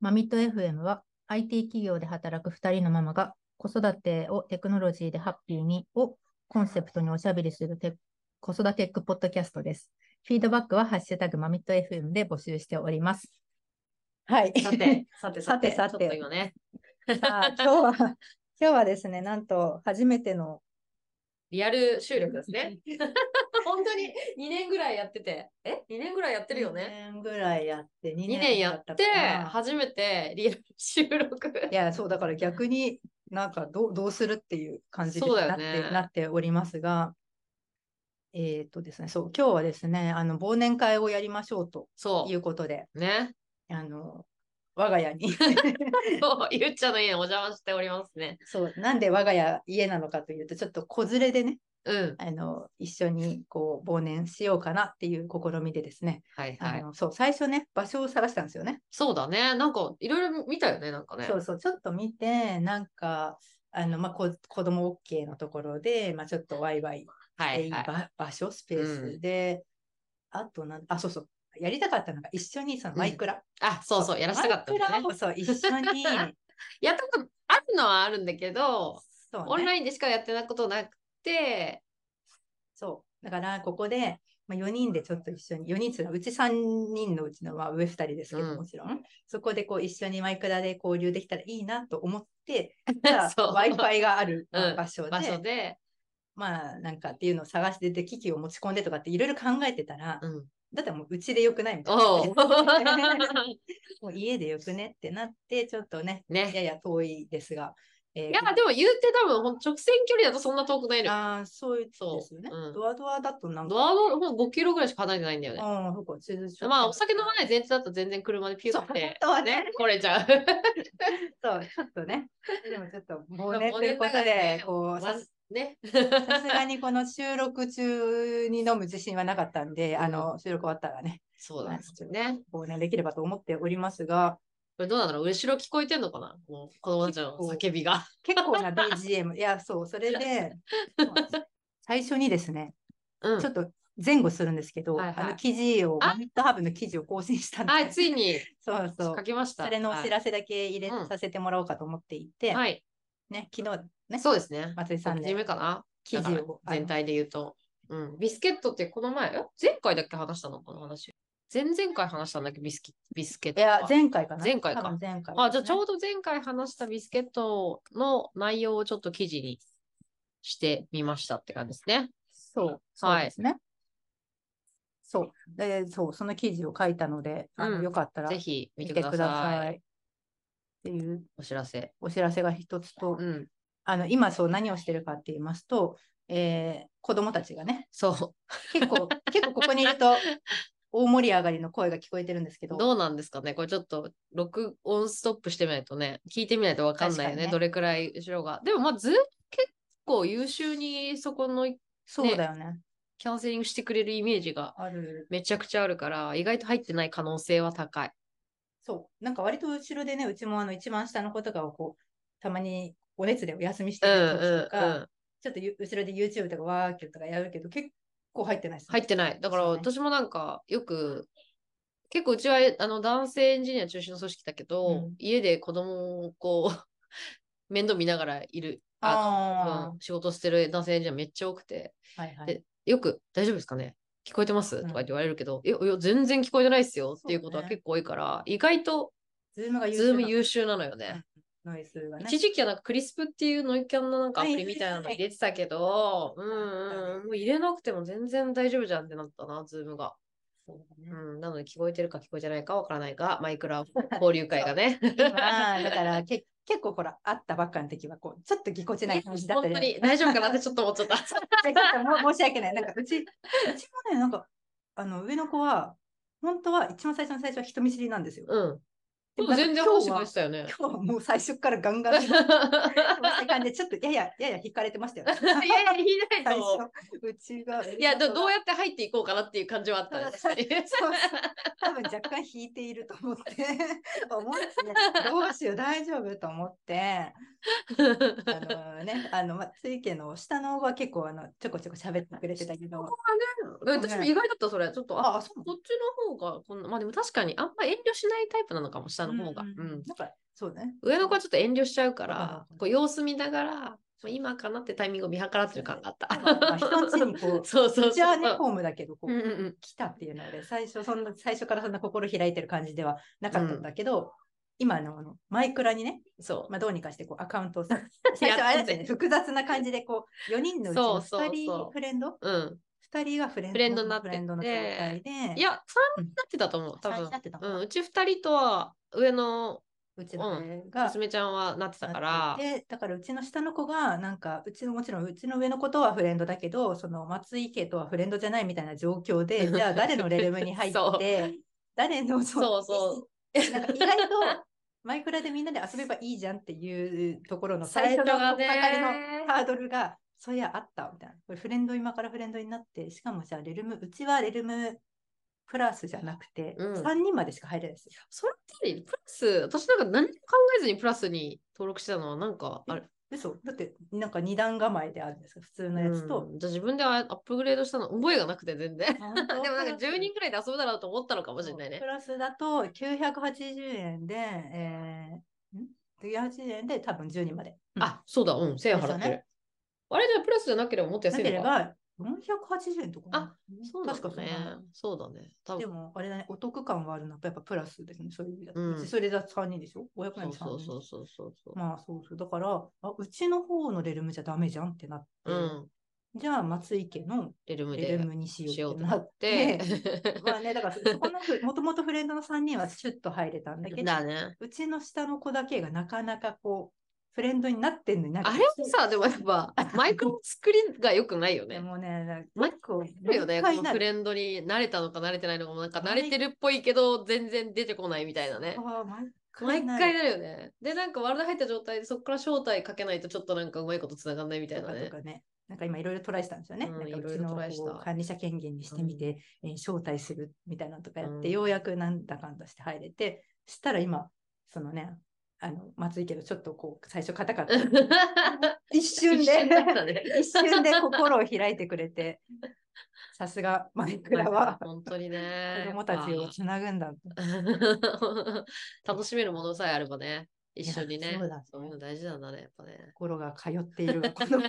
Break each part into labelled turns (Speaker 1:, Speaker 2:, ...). Speaker 1: マミット FM は IT 企業で働く2人のママが子育てをテクノロジーでハッピーにをコンセプトにおしゃべりするテ子育てテックポッドキャストです。フィードバックはハッシュタグマミット FM で募集しております。
Speaker 2: はい。
Speaker 3: さ て、さて、さて、
Speaker 2: さてさて
Speaker 3: ちょっと今ね、
Speaker 2: さ あ今日は、今日はですね、なんと初めての、
Speaker 3: リアル収録ですね。 本当に2年ぐらいやってて、え ?2 年ぐらいやってるよね。
Speaker 2: 2年ぐらいやって、2
Speaker 3: 2年やっ
Speaker 2: 経
Speaker 3: て
Speaker 2: たか、な
Speaker 3: 初めてリアル収 録。
Speaker 2: いや、そう、だから逆になんかどうどうするっていう感じに
Speaker 3: そうだ
Speaker 2: なっ
Speaker 3: よ
Speaker 2: て,、
Speaker 3: ね
Speaker 2: なっておりますが、えっ、とですね、そう、今日はですね、あの、忘年会をやりましょうと
Speaker 3: そ
Speaker 2: いうことで、
Speaker 3: う。ね。
Speaker 2: あの、我が家に
Speaker 3: そう、ゆっちゃんの家にお邪魔しておりますね。
Speaker 2: そうなんで我が家家なのかというとちょっと子連れでね
Speaker 3: うん。
Speaker 2: あの一緒にこう忘年しようかなっていう試みでですね、
Speaker 3: はい
Speaker 2: あ
Speaker 3: はい。
Speaker 2: のそう最初ね場所を探したんですよね
Speaker 3: そうだね。なんか、いろいろ見たよね、なんかね
Speaker 2: そ。うそう、ちょっと見て、なんか、あの、まあ、こ子供 OK のところで、まあ、ちょっとワイワイ、
Speaker 3: は
Speaker 2: えー
Speaker 3: い
Speaker 2: いい
Speaker 3: はい。
Speaker 2: ば場所、スペースで、あとなん、あ、そうそう、やりたかったのが一緒にそのマイクラ。
Speaker 3: あ、そうそう、やらしたかった
Speaker 2: マ
Speaker 3: ん
Speaker 2: イク
Speaker 3: だ
Speaker 2: ラ
Speaker 3: ね
Speaker 2: を。そう、一緒に、
Speaker 3: やったことあるのはあるんだけど、
Speaker 2: そうね
Speaker 3: オンラインでしかやってないことなくて、
Speaker 2: そう。だから、ここで、まあ、4人でちょっと一緒に、4人つうのはうち3人のうちの、まあ、上2人ですけど、
Speaker 3: うん
Speaker 2: もちろん、そこでこう一緒にマイクラで交流できたらいいなと思 って、じゃあ
Speaker 3: そう
Speaker 2: Wi-Fi があるまあ
Speaker 3: うん
Speaker 2: 場所で、
Speaker 3: 場所で、
Speaker 2: まあなんかっていうのを探してて機器を持ち込んでとかっていろいろ考えてたら、
Speaker 3: うん。
Speaker 2: だってもううちでよくないみたいな。
Speaker 3: お う
Speaker 2: もう家でよくねってなってちょっとねや
Speaker 3: ね。
Speaker 2: や遠いですが。えー
Speaker 3: いや、でも言うて多分、ほん直線距離だとそんな遠くないのよ。
Speaker 2: あーそういう
Speaker 3: そう
Speaker 2: ですよね、
Speaker 3: うん
Speaker 2: ドアドアだとなんか。
Speaker 3: ドアのほん5キロぐらいしか離れてないんだよね。
Speaker 2: ああ、そうか、地図書
Speaker 3: まあ、お酒飲まない前提だと全然車でピュ
Speaker 2: そう
Speaker 3: ッ
Speaker 2: 本
Speaker 3: て、
Speaker 2: 当はね
Speaker 3: ね、来れち ゃう。
Speaker 2: そう、ちょっとね。でもちょっと忘年
Speaker 3: 忘
Speaker 2: と
Speaker 3: 年
Speaker 2: いうこと
Speaker 3: だからね
Speaker 2: で、こう、さ
Speaker 3: まずね。
Speaker 2: さすがにこの収録中に飲む自信はなかったんで、あの、収録終わったらね、
Speaker 3: そうなんですよね。
Speaker 2: 忘年できればと思っておりますが、
Speaker 3: これどうなんだろう後ろ聞こえてんのかなもう子供たちの叫びが。
Speaker 2: 結構な BGM。いや、そう、それ で、最初にですね、
Speaker 3: うん
Speaker 2: ちょっと前後するんですけど、
Speaker 3: はいはい
Speaker 2: あの記事を、
Speaker 3: あ
Speaker 2: GitHub の記事を更新したんで、
Speaker 3: はい、ついに
Speaker 2: そうそ
Speaker 3: 書
Speaker 2: う。
Speaker 3: きました。
Speaker 2: それのお知
Speaker 3: は
Speaker 2: らせだけ入れ
Speaker 3: うん
Speaker 2: させてもらおうかと思ってい
Speaker 3: い
Speaker 2: て、
Speaker 3: はい。
Speaker 2: ね、昨日ね、
Speaker 3: そうですね。
Speaker 2: 松井さん
Speaker 3: 初
Speaker 2: で
Speaker 3: めかな
Speaker 2: 記事
Speaker 3: だ
Speaker 2: を
Speaker 3: から全
Speaker 2: あの
Speaker 3: 体で言うと。うん、ビスケットってこの前、え前回だっけ話したのこの話。前々回話したんだっけビスキビスケット
Speaker 2: い
Speaker 3: は。
Speaker 2: や、前回かな。
Speaker 3: 前回か
Speaker 2: 多分前回、
Speaker 3: あ、じゃあちょ
Speaker 2: う
Speaker 3: うど前回話したビスケットの内容をちょっと記事にしてみましたって感じですね。
Speaker 2: そう、そう
Speaker 3: はい
Speaker 2: ですね。そう。で、そう、その記事を書いたので、あの
Speaker 3: うん
Speaker 2: よかったら
Speaker 3: ぜひ見
Speaker 2: 見
Speaker 3: て
Speaker 2: て
Speaker 3: くだ
Speaker 2: く
Speaker 3: さい。
Speaker 2: ださい。っていう
Speaker 3: お知らせ。
Speaker 2: お知らせが一つと、
Speaker 3: うん。
Speaker 2: あの今そう何をしてるかって言いますと、えー子供たちがね
Speaker 3: そ
Speaker 2: 結構結構ここにいると大盛り上がりの声が聞こえてるんですけ
Speaker 3: う。
Speaker 2: ど
Speaker 3: どうなんですかねこれちょっと録音ストップしてみないとね、聞いてみないとわかんないよ
Speaker 2: 確か
Speaker 3: ね
Speaker 2: にね
Speaker 3: どれくらい後ろが。でもまあずっと結構優秀にそこの
Speaker 2: そうだよね
Speaker 3: キャンセリングしてくれるイメージが
Speaker 2: ある
Speaker 3: めちゃくちゃあるから、意外と入ってない可能性は高い。
Speaker 2: そうなんか割と後ろでねうちもあの一番下の子とかをこうたまにお熱でお休みして
Speaker 3: うんう
Speaker 2: る
Speaker 3: ん
Speaker 2: 時とか、
Speaker 3: うん。
Speaker 2: ちょっとゆ後ろで YouTube とかワーキューとかやるけど結構入ってないです、
Speaker 3: 入ってない。だから
Speaker 2: そうね
Speaker 3: 私もなんかよく、結構うちはあの男性エンジニア中心の組織だけど、
Speaker 2: うん
Speaker 3: 家で子供をこう 面倒見ながらいる、
Speaker 2: あ
Speaker 3: うん仕事してる男性エンジニアめっちゃ多くて、
Speaker 2: あ、はいはい
Speaker 3: でよく大丈夫ですかね聞こえてます、
Speaker 2: ん
Speaker 3: とかって言われるけど、いやいや全然聞こえてないですよっていうことは
Speaker 2: そうね
Speaker 3: 結構多いから、意外と
Speaker 2: ズームが優秀
Speaker 3: ズー
Speaker 2: な
Speaker 3: ム優秀なのよね。
Speaker 2: ノイズがね
Speaker 3: 一時期はなんかクリスプっていうノイキャンのなんかア
Speaker 2: は
Speaker 3: プ
Speaker 2: い
Speaker 3: リみたいなの入れてたけど、うんうんうん、もう入れなくても全然大丈夫じゃんってなったな、ズームが。
Speaker 2: そうだね
Speaker 3: うん、なので聞こえてるか聞こえてないかわからないが、マイク ラ交流会がね。
Speaker 2: 今だからけ結構ほら会ったばっかの時はこうちょっとぎこちない感じだっ
Speaker 3: 本
Speaker 2: た
Speaker 3: 当
Speaker 2: り
Speaker 3: に大丈夫かなってちょっと思っ ちゃった。
Speaker 2: いやちょっとも申し訳ない。なんかうち、うちもね、なんか、あの、上の子は、本当は一番最初の最初は人見知りなんですよ。
Speaker 3: うん。で
Speaker 2: も
Speaker 3: も全然
Speaker 2: 今日
Speaker 3: 話してく
Speaker 2: は
Speaker 3: れてたよね。
Speaker 2: 今日はもう最初からガンガン、
Speaker 3: い
Speaker 2: こうした感じで、ちょっとやや、やや引かれてましたよ。
Speaker 3: やいや、言いな
Speaker 2: 最
Speaker 3: いと。
Speaker 2: 初、うちが。
Speaker 3: いや、どどう
Speaker 2: や
Speaker 3: やって入っていこうかなっていう感じはあったね。確かに
Speaker 2: そうそう多分若干引いていると思って思ってどうしよう大丈夫と思って あのねあのまついけの下の子は結構あのちょこちょこ喋ってくれてたけど
Speaker 3: うん私も意外だった、それ。ちょっと、あ、
Speaker 2: ああそうなの
Speaker 3: こっちの方がこんな、まあでも確かにあんま遠慮しないタイプなのかも、下下の方が。
Speaker 2: うん
Speaker 3: う
Speaker 2: うんうん
Speaker 3: ん
Speaker 2: なんか、そうね。
Speaker 3: 上の子はちょっと遠慮しちゃうか
Speaker 2: わからる、
Speaker 3: こう様子見ながら、まあ今かなってタイミングを見計らってる感があった。
Speaker 2: まあまあ人んちにこう、
Speaker 3: そうそうそう。
Speaker 2: うちはね、ホームだけど、こ
Speaker 3: うん
Speaker 2: う、
Speaker 3: うんうん
Speaker 2: 来たっていうので、最初、そんな、最初からそんな心開いてる感じではなかったんだけど、今のあのマイクラにね、
Speaker 3: そう。
Speaker 2: まあ、どうにかしてこうアカウントを さ最初あれですよね、複雑な感じでこう、4人のうち
Speaker 3: そう
Speaker 2: の
Speaker 3: そうそう
Speaker 2: 2人フレンド
Speaker 3: うん。
Speaker 2: 二人がフレンド
Speaker 3: フレンドになってて
Speaker 2: フレンドの状態で。
Speaker 3: いや、3
Speaker 2: うん
Speaker 3: になってたと思う、
Speaker 2: 最
Speaker 3: 多
Speaker 2: 初
Speaker 3: 分
Speaker 2: に。なってた
Speaker 3: う
Speaker 2: の
Speaker 3: ん、うち2人とは上の
Speaker 2: うちの上が、
Speaker 3: 娘ちゃんはなってたから、
Speaker 2: で、だからうちの下の子が、なんか、うちのもちろんうちの上の子とはフレンドだけど、その松井家とはフレンドじゃないみたいな状況で、じゃあ誰のレベルに入っ
Speaker 3: そう
Speaker 2: て、誰の。
Speaker 3: そうそう
Speaker 2: なんか意外とマイクラでみんなで遊べばいいじゃんっていうところの
Speaker 3: 最
Speaker 2: 最
Speaker 3: 初
Speaker 2: 初の
Speaker 3: が
Speaker 2: かかり
Speaker 3: ね
Speaker 2: のハードルが、そういやあったみたいな。これフレンド今からフレンドになって、しかもじゃあレルム、うちはレルムプラスじゃなくて、
Speaker 3: うん
Speaker 2: 3人までしか入れないですよ。
Speaker 3: それってプラス、私なんか何も考えずにプラスに登録してたのは、なんか、あれ、
Speaker 2: 嘘だってなんか2段構えであるんですよ、普通のやつと。
Speaker 3: うんじゃあ自分であアップグレードしたの覚えがなくて全然。
Speaker 2: あ本当
Speaker 3: でもなんか
Speaker 2: プラス
Speaker 3: 10人くらいで遊ぶだろうと思ったのかもしれない
Speaker 2: そう
Speaker 3: ね
Speaker 2: プ。ラスだと980円で、えー、ん ?980 円で多分10人まで。うん
Speaker 3: あ、そうだ、うん、1000円
Speaker 2: です
Speaker 3: 払
Speaker 2: よ
Speaker 3: っ
Speaker 2: ね
Speaker 3: てる。あれじゃあプラスじゃなければもっと
Speaker 2: な
Speaker 3: 安い
Speaker 2: け
Speaker 3: の
Speaker 2: れ
Speaker 3: か。
Speaker 2: ば480円とかな。
Speaker 3: そうなん
Speaker 2: 確か
Speaker 3: だ
Speaker 2: そう
Speaker 3: ね
Speaker 2: なの。
Speaker 3: そうだね。多
Speaker 2: で
Speaker 3: 分
Speaker 2: も、あれだね、お得感はあるのはやっぱプラスですね、そういう意味だと。
Speaker 3: うん
Speaker 2: うちそれだと3人でしょ ?500 円で3人
Speaker 3: そうそうそうそうそう。
Speaker 2: まあそうそう。だから、あうちの方のレルムじゃダメじゃんってなって、
Speaker 3: うん、
Speaker 2: じゃあ松井家の
Speaker 3: レルム
Speaker 2: レ
Speaker 3: で
Speaker 2: ルムにし
Speaker 3: し
Speaker 2: よ
Speaker 3: よ
Speaker 2: う
Speaker 3: う
Speaker 2: っ
Speaker 3: と
Speaker 2: て
Speaker 3: な
Speaker 2: な
Speaker 3: っ
Speaker 2: ってて。。 まあね、だからそこのふ、もともとフレンドの3人はシュッと入れたんだけど、
Speaker 3: だね。
Speaker 2: うちの下の子だけがなかなかこう、フレンドになってんのになんか
Speaker 3: あれはさ、でもやっぱ、マイクの作りが良くないよ
Speaker 2: で
Speaker 3: ね。
Speaker 2: もね、なんか
Speaker 3: マイ
Speaker 2: 結構、
Speaker 3: あるよね。
Speaker 2: 毎回
Speaker 3: この
Speaker 2: な
Speaker 3: フ
Speaker 2: る
Speaker 3: レンドに慣れたのか慣れてないのかも、なんか慣
Speaker 2: 毎
Speaker 3: れてるっぽいけど、全然出てこないみたいなね。
Speaker 2: あー毎回
Speaker 3: 毎
Speaker 2: なる
Speaker 3: 回なるよね。で、なんかワールド入った状態で、そこから招待かけないと、ちょっとなんかうまいこと繋がんないみたい
Speaker 2: と
Speaker 3: な
Speaker 2: か
Speaker 3: ね
Speaker 2: と。かね。なんか今いろいろトライしたんですよね。
Speaker 3: うん
Speaker 2: なんか
Speaker 3: いろ
Speaker 2: う
Speaker 3: い
Speaker 2: ち
Speaker 3: ろ
Speaker 2: の
Speaker 3: トライした
Speaker 2: こう管理者権限にしてみて、えー招待するみたいなのとかやって、
Speaker 3: うん
Speaker 2: ようやくなんだかんだして入れて、したら今、そのね、あの、松井家のちょっとこう、最初硬か った。一瞬で
Speaker 3: 一瞬だったね。
Speaker 2: 一瞬で心を開いてくれて、さすがマイクラは
Speaker 3: 本当に
Speaker 2: 子
Speaker 3: ね。
Speaker 2: 供たちをつなぐんだ。
Speaker 3: あ 楽しめるものさえあればね、一緒に
Speaker 2: い
Speaker 3: ね
Speaker 2: やそうだね。
Speaker 3: そういうの大事なんだね、やっぱね。
Speaker 2: 心が通って いる子供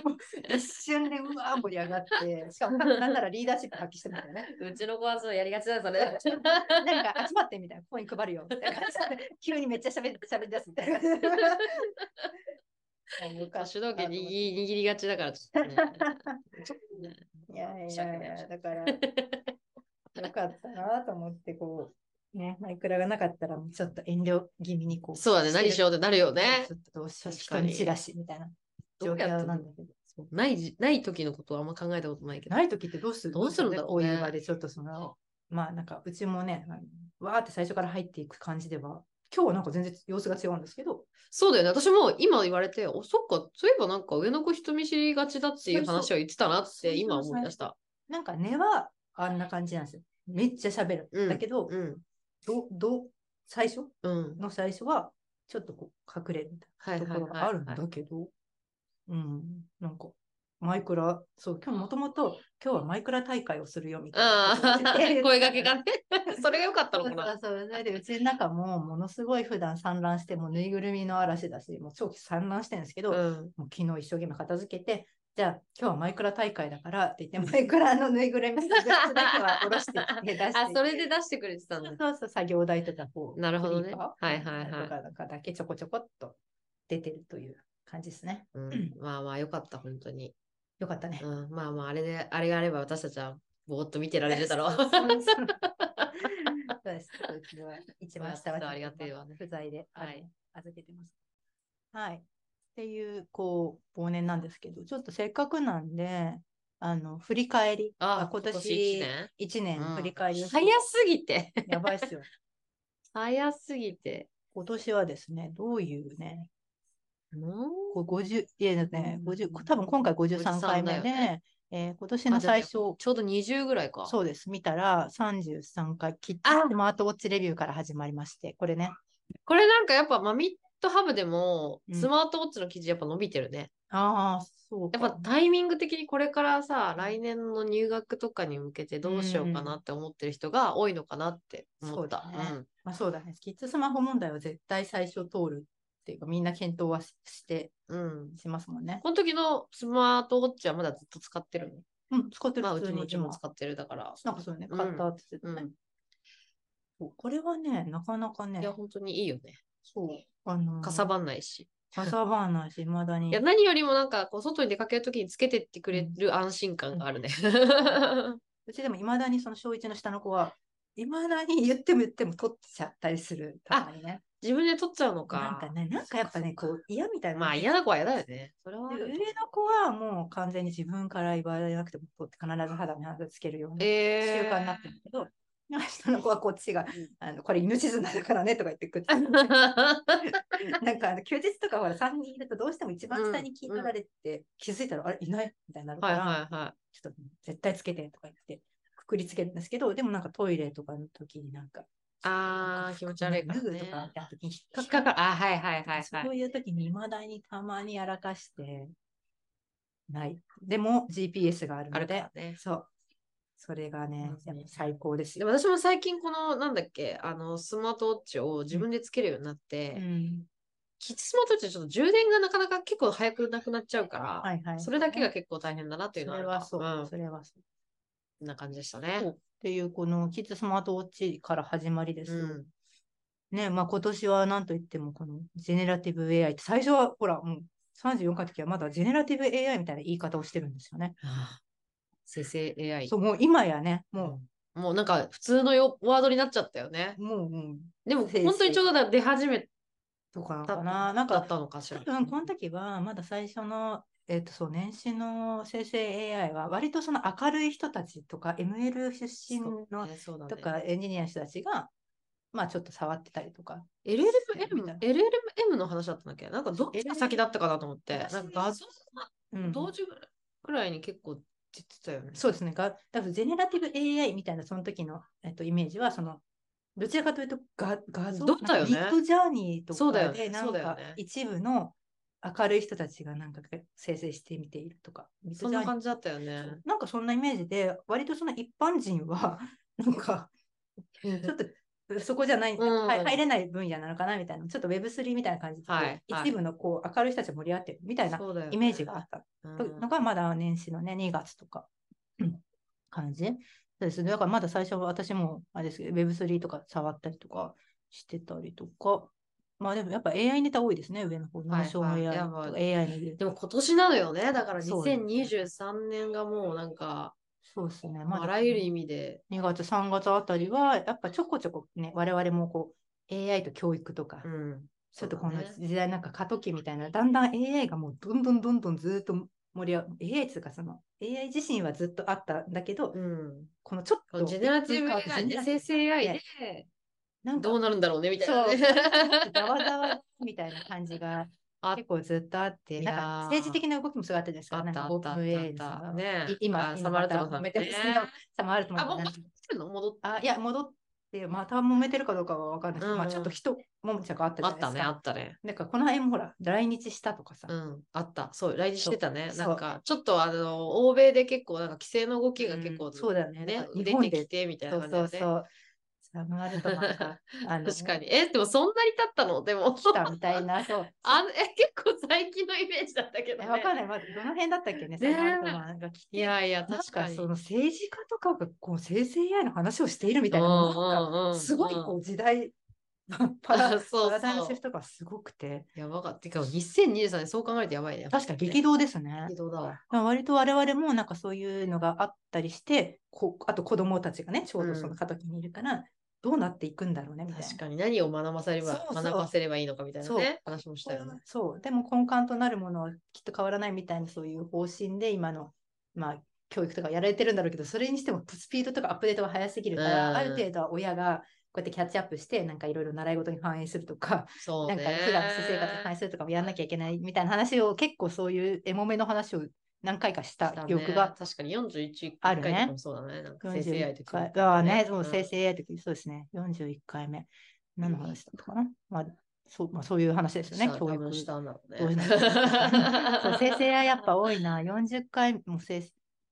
Speaker 2: 一瞬でうわー盛り上がって、しかもなんならリーダーシップ発揮してみたよね。
Speaker 3: うちの子はそうやりがちだよ、そ れ。
Speaker 2: なんか集まってみたいな、ここに配るよみたいな感じで。急にめっちゃ喋って喋り出すみたいな感じで。
Speaker 3: 主導権握
Speaker 2: い
Speaker 3: り握りがちだから、ちょ っとねちょっとね
Speaker 2: やい
Speaker 3: 申し
Speaker 2: や
Speaker 3: 訳
Speaker 2: い
Speaker 3: ない
Speaker 2: や、だから、よかったなと思って、こう、ね、マイクラがなかったら、ちょっと遠慮気味にこう。
Speaker 3: そうだね、何しようってなるよね
Speaker 2: ち。ょっとどうしよう、
Speaker 3: 確
Speaker 2: 人
Speaker 3: かに
Speaker 2: 見知らしみたいな
Speaker 3: ど
Speaker 2: 状
Speaker 3: うやって
Speaker 2: 況なんだけど。
Speaker 3: そうないじ、ない時のことはあんま考えたことないけど。
Speaker 2: ない時ってどうする
Speaker 3: どうするんだろうね
Speaker 2: こういう場でちょっとその、まあなんかうちもね、あのわーって最初から入っていく感じでは、今日はなんか全然様子が違うんですけど、
Speaker 3: そうだよね、私も今言われて、お、そっか、そういえばなんか上の子人見知りがちだっていう話を言ってた
Speaker 2: そ
Speaker 3: なっ
Speaker 2: う
Speaker 3: て
Speaker 2: そう
Speaker 3: 今思い出した。
Speaker 2: なんか根はあんな感じなんですよ。めっちゃ喋る。
Speaker 3: うん
Speaker 2: だけど、
Speaker 3: うん、
Speaker 2: ど、ど、最初
Speaker 3: うん。
Speaker 2: の最初は、ちょっとこう隠れるみた
Speaker 3: はい
Speaker 2: いな
Speaker 3: はいは
Speaker 2: と
Speaker 3: い
Speaker 2: ころがあるん
Speaker 3: は
Speaker 2: だ
Speaker 3: い。
Speaker 2: けど、うん、なんか、マイクラ、そう、今日もともと、今日はマイクラ大会をするよみたい
Speaker 3: あ
Speaker 2: なことを言って
Speaker 3: あ、
Speaker 2: て。
Speaker 3: 声掛けがね。それが良かったの
Speaker 2: そう
Speaker 3: かな。
Speaker 2: そうそうそれでうちの中もものすごい普段散乱してもうぬいぐるみの嵐だしもう長期散乱してるんですけど、
Speaker 3: うん、
Speaker 2: もう昨日一生懸命片付けてじゃあ今日はマイクラ大会だからって言ってマイクラのぬいぐるみだけは下ろしてきて出して
Speaker 3: あ、それで出してくれてたんだ。
Speaker 2: そうそう作業台とかこう
Speaker 3: なるほどね
Speaker 2: クリーパー
Speaker 3: はいはいはい
Speaker 2: とかなんかだけちょこちょこっと出てるという感じですね
Speaker 3: うん、まあまあ良かった、本当に。
Speaker 2: よかったね、
Speaker 3: うん、まあまあ、あれで、あれがあれば私たちはぼーっと見てられるだろう。
Speaker 2: そうそうそうそうです。うちは一番下は
Speaker 3: まあありがてえわね
Speaker 2: 不在で、
Speaker 3: はい
Speaker 2: あの預けてます。はい。っていう、こう、忘年なんですけど、ちょっとせっかくなんで、あの、振り返り、
Speaker 3: あ
Speaker 2: あ、今年
Speaker 3: 一年
Speaker 2: 1年
Speaker 3: うん
Speaker 2: 振り返りをして、
Speaker 3: 早すぎて。
Speaker 2: やばいっ すよ。
Speaker 3: 早すぎて。
Speaker 2: 今年はですね、どういうね、
Speaker 3: も
Speaker 2: こう50、いやね、50、多分今回53回目で、
Speaker 3: 53だよね
Speaker 2: えー今年の最初、
Speaker 3: ちょうど20ぐらいか。
Speaker 2: そうです、見たら33回切って
Speaker 3: あ、
Speaker 2: スマートウォッチレビューから始まりまして、これね、
Speaker 3: これなんかやっぱマミットハブでも、
Speaker 2: うん
Speaker 3: スマートウォッチの記事やっぱ伸びてるね。
Speaker 2: ああ、そう
Speaker 3: やっ
Speaker 2: か
Speaker 3: ぱタイミング的にこれからさ、来年の入学とかに向けてどうしようかなって思ってる人が多いのかなって思った。
Speaker 2: そうだねまあ、そうだね。キッズスマホ問題は絶対最初通るっていうか、みんな検討はしして
Speaker 3: うん。うん。
Speaker 2: しますもんね。
Speaker 3: この時のスマートウォッチはまだずっと使ってる
Speaker 2: う
Speaker 3: の
Speaker 2: ん、使ってる、
Speaker 3: まあ、
Speaker 2: 普
Speaker 3: う
Speaker 2: 通
Speaker 3: ち
Speaker 2: に
Speaker 3: もうちも
Speaker 2: 今
Speaker 3: 使ってるだから。
Speaker 2: なんかそうね、
Speaker 3: うん
Speaker 2: 買ったって言って
Speaker 3: う
Speaker 2: たね
Speaker 3: ん。
Speaker 2: そうこれはね、なかなか
Speaker 3: い
Speaker 2: ね
Speaker 3: や、、本当にいいよね。
Speaker 2: そう、あのー、
Speaker 3: かさばんないし。
Speaker 2: かさばんないし、いまだ
Speaker 3: い
Speaker 2: に
Speaker 3: や、。何よりもなんか、こう、外に出かけるときにつけてってくれる安心感があるね。
Speaker 2: うちでもいまだにその小一の下の子は、いまだに言っても言っても取っちゃったりする。たまにね。
Speaker 3: 自分で取っちゃうのか。
Speaker 2: なんかね、なんかやっぱね、こう嫌みたいな。
Speaker 3: まあ、嫌な子は嫌だよね。それはあ
Speaker 2: で
Speaker 3: るよ
Speaker 2: 上
Speaker 3: ね。
Speaker 2: の子はもう完全に自分から言われなくても、こう必ず肌に肌つけるように習
Speaker 3: えー、
Speaker 2: 慣になってるけど、下の子はこっちが、あのこれ命綱だからねとか言って くる。なんかあの休日とかほら3人いるとどうしても一番下に気取られて、気づいたらあれいないみたいになるか
Speaker 3: はい
Speaker 2: ら、
Speaker 3: はいは
Speaker 2: ちょっと絶対つけてとか言ってくくりつけるんですけど、でもなんかトイレとかの時になんか、
Speaker 3: い。あー、気持ち悪いから
Speaker 2: 脱ぐ
Speaker 3: ね
Speaker 2: と。かやった時に
Speaker 3: 引
Speaker 2: 引
Speaker 3: っ
Speaker 2: っ
Speaker 3: か
Speaker 2: か
Speaker 3: か
Speaker 2: か
Speaker 3: る。あ、はいはいはい
Speaker 2: る。そ
Speaker 3: は
Speaker 2: う
Speaker 3: い。
Speaker 2: いう時に未だにたまにやらかしてない。でも GPS がある
Speaker 3: あ
Speaker 2: の
Speaker 3: るか
Speaker 2: で
Speaker 3: ら、ね。
Speaker 2: そう。それがね、
Speaker 3: まずね
Speaker 2: やっぱ最高です
Speaker 3: で
Speaker 2: よ。
Speaker 3: も私も最近この、なんだっけ、あの、スマートウォッチを自分でつけるようになって、
Speaker 2: うん
Speaker 3: キッズスマートウォッチちょっと充電がなかなか結構早くなくなっちゃうから、
Speaker 2: はいはい。
Speaker 3: それだけが結構大変だなっていう
Speaker 2: そ
Speaker 3: のはあ
Speaker 2: れ
Speaker 3: る
Speaker 2: は
Speaker 3: か
Speaker 2: そう、
Speaker 3: うん
Speaker 2: それはそう。
Speaker 3: こんな感じでした
Speaker 2: そう
Speaker 3: ね。
Speaker 2: っていうこのキッズスマートウォッチから始まりで
Speaker 3: う
Speaker 2: すよ。
Speaker 3: ん。
Speaker 2: ね、まあ今年はなんといってもこのジェネラティブ AI って最初はほらもう34回の時はまだジェネラティブ AI みたいな言い方をしてるんですよね。
Speaker 3: はあ生成 AI
Speaker 2: そ。うもう今やね、も
Speaker 3: もうなんか普通のよワードになっちゃったよね
Speaker 2: う、。もう、うん、
Speaker 3: でも
Speaker 2: 生成
Speaker 3: 本当にちょうど出始め
Speaker 2: とか
Speaker 3: た
Speaker 2: かな。なん
Speaker 3: だ
Speaker 2: か
Speaker 3: ったのかし
Speaker 2: 多
Speaker 3: ら。
Speaker 2: 分この時はまだ最初の、えっとそう年始の生成 AI は割とその明るい人たちとか ML 出身の
Speaker 3: ねそうだね
Speaker 2: とかエンジニアの人たちがまあちょっと触ってたりとか
Speaker 3: LLM
Speaker 2: みたいな
Speaker 3: LLM の話だったんだっけなんかどっち
Speaker 2: LLM
Speaker 3: が先だったかなと思って、なん
Speaker 2: 私
Speaker 3: か画像が
Speaker 2: うん
Speaker 3: 同時くらいに結構出てたよね。
Speaker 2: そうですね。が多分ジェネラティブ AI みたいなその時の、えっと、イメージは、その、どちらかというと画画像
Speaker 3: どうだよね
Speaker 2: なんかビットジャーニーと
Speaker 3: そうだよ
Speaker 2: か
Speaker 3: ね
Speaker 2: で、な
Speaker 3: そ
Speaker 2: ん
Speaker 3: うだよ
Speaker 2: か
Speaker 3: ね
Speaker 2: 一部の明るい人たちがなんか生成してみているとか、ビッ
Speaker 3: そ
Speaker 2: ト
Speaker 3: ん
Speaker 2: ジャーニ
Speaker 3: な
Speaker 2: ー
Speaker 3: 感じだったよね。
Speaker 2: なんかそんなイメージで、割とその一般人は、 なんか ちょっとそこじゃない、
Speaker 3: うん
Speaker 2: はい入れない分野なのかなみたいな、ちょっと Web3 みたいな感じで、
Speaker 3: はい
Speaker 2: こう
Speaker 3: はい
Speaker 2: 一部のこう明るい人たちが盛り上がってるみたいな
Speaker 3: そうだよね
Speaker 2: イメージがあった。
Speaker 3: うん
Speaker 2: のがまだ年始のね、2月とか、うん感じ。そうですね。だからまだ最初は私も、あれですけど、Web3 とか触ったりとかしてたりとか、まあでもやっぱ AI ネタ多いですね、上の方。
Speaker 3: はい
Speaker 2: 脳症の AI
Speaker 3: や
Speaker 2: と
Speaker 3: ばい
Speaker 2: か AI の
Speaker 3: でも今年なのよね。だから
Speaker 2: そうだよね
Speaker 3: 2023年がもうなんか、
Speaker 2: そうですね。ま
Speaker 3: あ
Speaker 2: だ
Speaker 3: らゆる意味で。
Speaker 2: 2月、3月あたりは、やっぱちょこちょこね、我々もこう、AI と教育とか、
Speaker 3: うん。
Speaker 2: ちょっとこの
Speaker 3: そうだね
Speaker 2: 時代なんか過渡期みたいな、だんだん AI がもうどんどんどんどんずっと盛り上が AI っていうかその、AI 自身はずっとあったんだけど、
Speaker 3: うん
Speaker 2: このちょっ
Speaker 3: この
Speaker 2: と。
Speaker 3: ジェネラティブ AI で生成 AI で
Speaker 2: なんか
Speaker 3: どうなるんだろうねみたい
Speaker 2: そう、
Speaker 3: なね。
Speaker 2: ざわざわみたいな感じが
Speaker 3: あ
Speaker 2: 結構ずっとあって、
Speaker 3: い
Speaker 2: な
Speaker 3: やー
Speaker 2: んか政治的な動きもすごいあったじゃないです
Speaker 3: あ
Speaker 2: か。な
Speaker 3: った
Speaker 2: んか
Speaker 3: あったあった
Speaker 2: OpenAI の
Speaker 3: あった
Speaker 2: さ
Speaker 3: ね
Speaker 2: い今、
Speaker 3: あ
Speaker 2: 今
Speaker 3: サマルタノさ
Speaker 2: また揉
Speaker 3: ん
Speaker 2: めてる
Speaker 3: ね
Speaker 2: サマルタノ
Speaker 3: あ、
Speaker 2: さんなん
Speaker 3: もう
Speaker 2: か
Speaker 3: 戻ってるの戻って
Speaker 2: あ、いや、戻って、また揉めてるかどうかは分かんないけど、
Speaker 3: うんうん
Speaker 2: まあちょっと人、ももちゃんがあったじ
Speaker 3: あ
Speaker 2: ゃない
Speaker 3: っ
Speaker 2: で
Speaker 3: た
Speaker 2: す
Speaker 3: ね、
Speaker 2: か。
Speaker 3: あったね。
Speaker 2: なんかこの辺もほら、来日したとかさ、
Speaker 3: うん、あった。そう、来日してたね。
Speaker 2: そう
Speaker 3: なんか、ちょっとあの、欧米で結構、なんか規制の動きが結構、
Speaker 2: うんそうだよね。なん
Speaker 3: ね
Speaker 2: か、
Speaker 3: 出
Speaker 2: 日本
Speaker 3: て
Speaker 2: で
Speaker 3: きてみたい
Speaker 2: そ
Speaker 3: な
Speaker 2: う
Speaker 3: 感じ
Speaker 2: そう
Speaker 3: だ
Speaker 2: そ
Speaker 3: よね。
Speaker 2: う。サムアルトマン が、あの、
Speaker 3: 確かに。え、でもそんなに経ったのでも、
Speaker 2: 来たみたいな、そう。
Speaker 3: あのえ結構最近のイメージだったけど、
Speaker 2: え、
Speaker 3: ね。
Speaker 2: わかんない。まあ、どの辺だったっけね、サムアルトマンが来て
Speaker 3: い。やいや、
Speaker 2: なん
Speaker 3: 確かに。
Speaker 2: その政治家とかがこう生成 AI の話をしているみたいな、なん
Speaker 3: うんうんうん
Speaker 2: かすごい
Speaker 3: うん
Speaker 2: こう時代、パラ
Speaker 3: あ そう
Speaker 2: パラダイム
Speaker 3: そう
Speaker 2: シフトがすごくて、
Speaker 3: やばかった。てか、2023年、そう考えるとやばいね。
Speaker 2: 確か激動ですね
Speaker 3: 激。動だわ。
Speaker 2: まあ割と我々もなんかそういうのがあったりして、こうあと子供たちがね、ちょうどその過渡期にいるから、どうなっていくんだろうねみたいな。
Speaker 3: 確かに何を学ばせれば
Speaker 2: そうそう
Speaker 3: 学ばせればいいのかみたいな
Speaker 2: そう
Speaker 3: ね話もしたよね。
Speaker 2: そう、でも根幹となるものはきっと変わらないみたいなそういう方針で今の、まあ、教育とかやられてるんだろうけど、それにしてもスピードとかアップデートが早すぎるか
Speaker 3: うん
Speaker 2: ら、ある程度は親がこうやってキャッチアップして、なんかいろいろ習い事に反映するとか、
Speaker 3: そう
Speaker 2: な
Speaker 3: ね。
Speaker 2: んか普段私生活に反映するとかもやんなきゃいけないみたいな話を結構そういうエモめの話を何回かした
Speaker 3: したね
Speaker 2: 記憶が。
Speaker 3: 確かに41
Speaker 2: あるね
Speaker 3: 回とかもそうだね。なんか生成 AI と
Speaker 2: 41
Speaker 3: か
Speaker 2: 回。ああね、そううん生成 AI とき、そうですね。41回目。何の話だったかな、まあ、そうまあ、そういう話ですよね、
Speaker 3: 下
Speaker 2: 教
Speaker 3: 多分
Speaker 2: 育。
Speaker 3: 下なのね。
Speaker 2: どうしたのそう生成 AI やっぱ多いな、40回も生成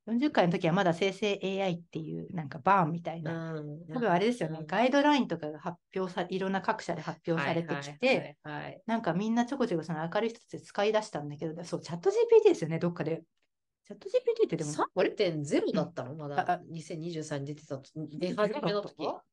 Speaker 2: 40回の時はまだ生成 AI っていうなんかバーンみたいな、
Speaker 3: うん
Speaker 2: 多分あれですよね、
Speaker 3: うん
Speaker 2: ガイドラインとかが発表さいろんな各社で発表されてきて、
Speaker 3: はいはいはいはい
Speaker 2: なんかみんなちょこちょこその明るい人たち使い出したんだけど、そう、チャット GPT ですよね、どっかで。チャット GPT ってでも、
Speaker 3: 3.0だったのま
Speaker 2: ああ
Speaker 3: だ2023に出てたと出始めの時
Speaker 2: 出なかっ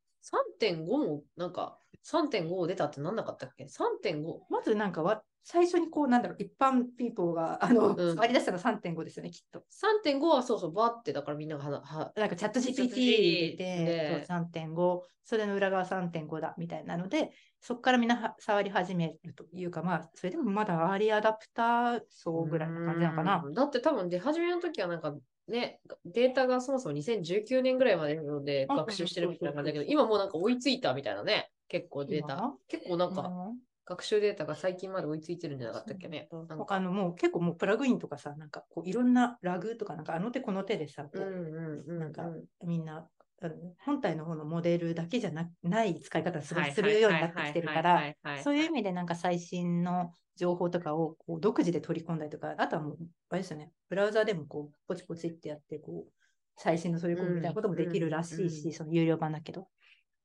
Speaker 3: 3.5もなんか3.5出たってなんなかったっけ ?3.5
Speaker 2: まずなんかわ最初にこう、なんだろう、一般ピーポーが、あの、
Speaker 3: うん
Speaker 2: 割り出したの3.5ですよね、きっと。
Speaker 3: 3.5はそうそうバーってだからみんながはなは
Speaker 2: なんかチャット
Speaker 3: GPT
Speaker 2: GPT で
Speaker 3: で
Speaker 2: そう3.5、それの裏側3.5だみたいなので、そこからみんなは触り始めるというか、まあ、それでもまだアーリーアダプター層ぐらいの感じなのかな
Speaker 3: う。んだって多分出始めの時はなんかね、データがそもそも2019年ぐらいまでなので
Speaker 2: あ
Speaker 3: 学習してるみたいな感じだけ
Speaker 2: そうそうそう
Speaker 3: ど、今もうなんか追いついたみたいなね、結構デー
Speaker 2: 今
Speaker 3: タ
Speaker 2: は。
Speaker 3: 結構なんか
Speaker 2: うん
Speaker 3: 学習データが最近まで追いついてるんじゃなかったっけね。なんか
Speaker 2: あのもう結構もうプラグインとかさ、なんかこういろんなラグとか、なんかあの手この手でさ、こ
Speaker 3: う
Speaker 2: うん
Speaker 3: うんうん、
Speaker 2: なんかみんなあの本体の方のモデルだけじゃなない使い方をすごいするようになってきてるから、
Speaker 3: はいはいはいはいはいはい、
Speaker 2: そういう意味でなんか最新の情報とかをこう独自で取り込んだりとか、あとはもう、あれですよね、ブラウザでもこう、ポチポチってやって、こう、最新の取り込むみたいなこともできるらしいし、
Speaker 3: うんうん
Speaker 2: その有料版だけど。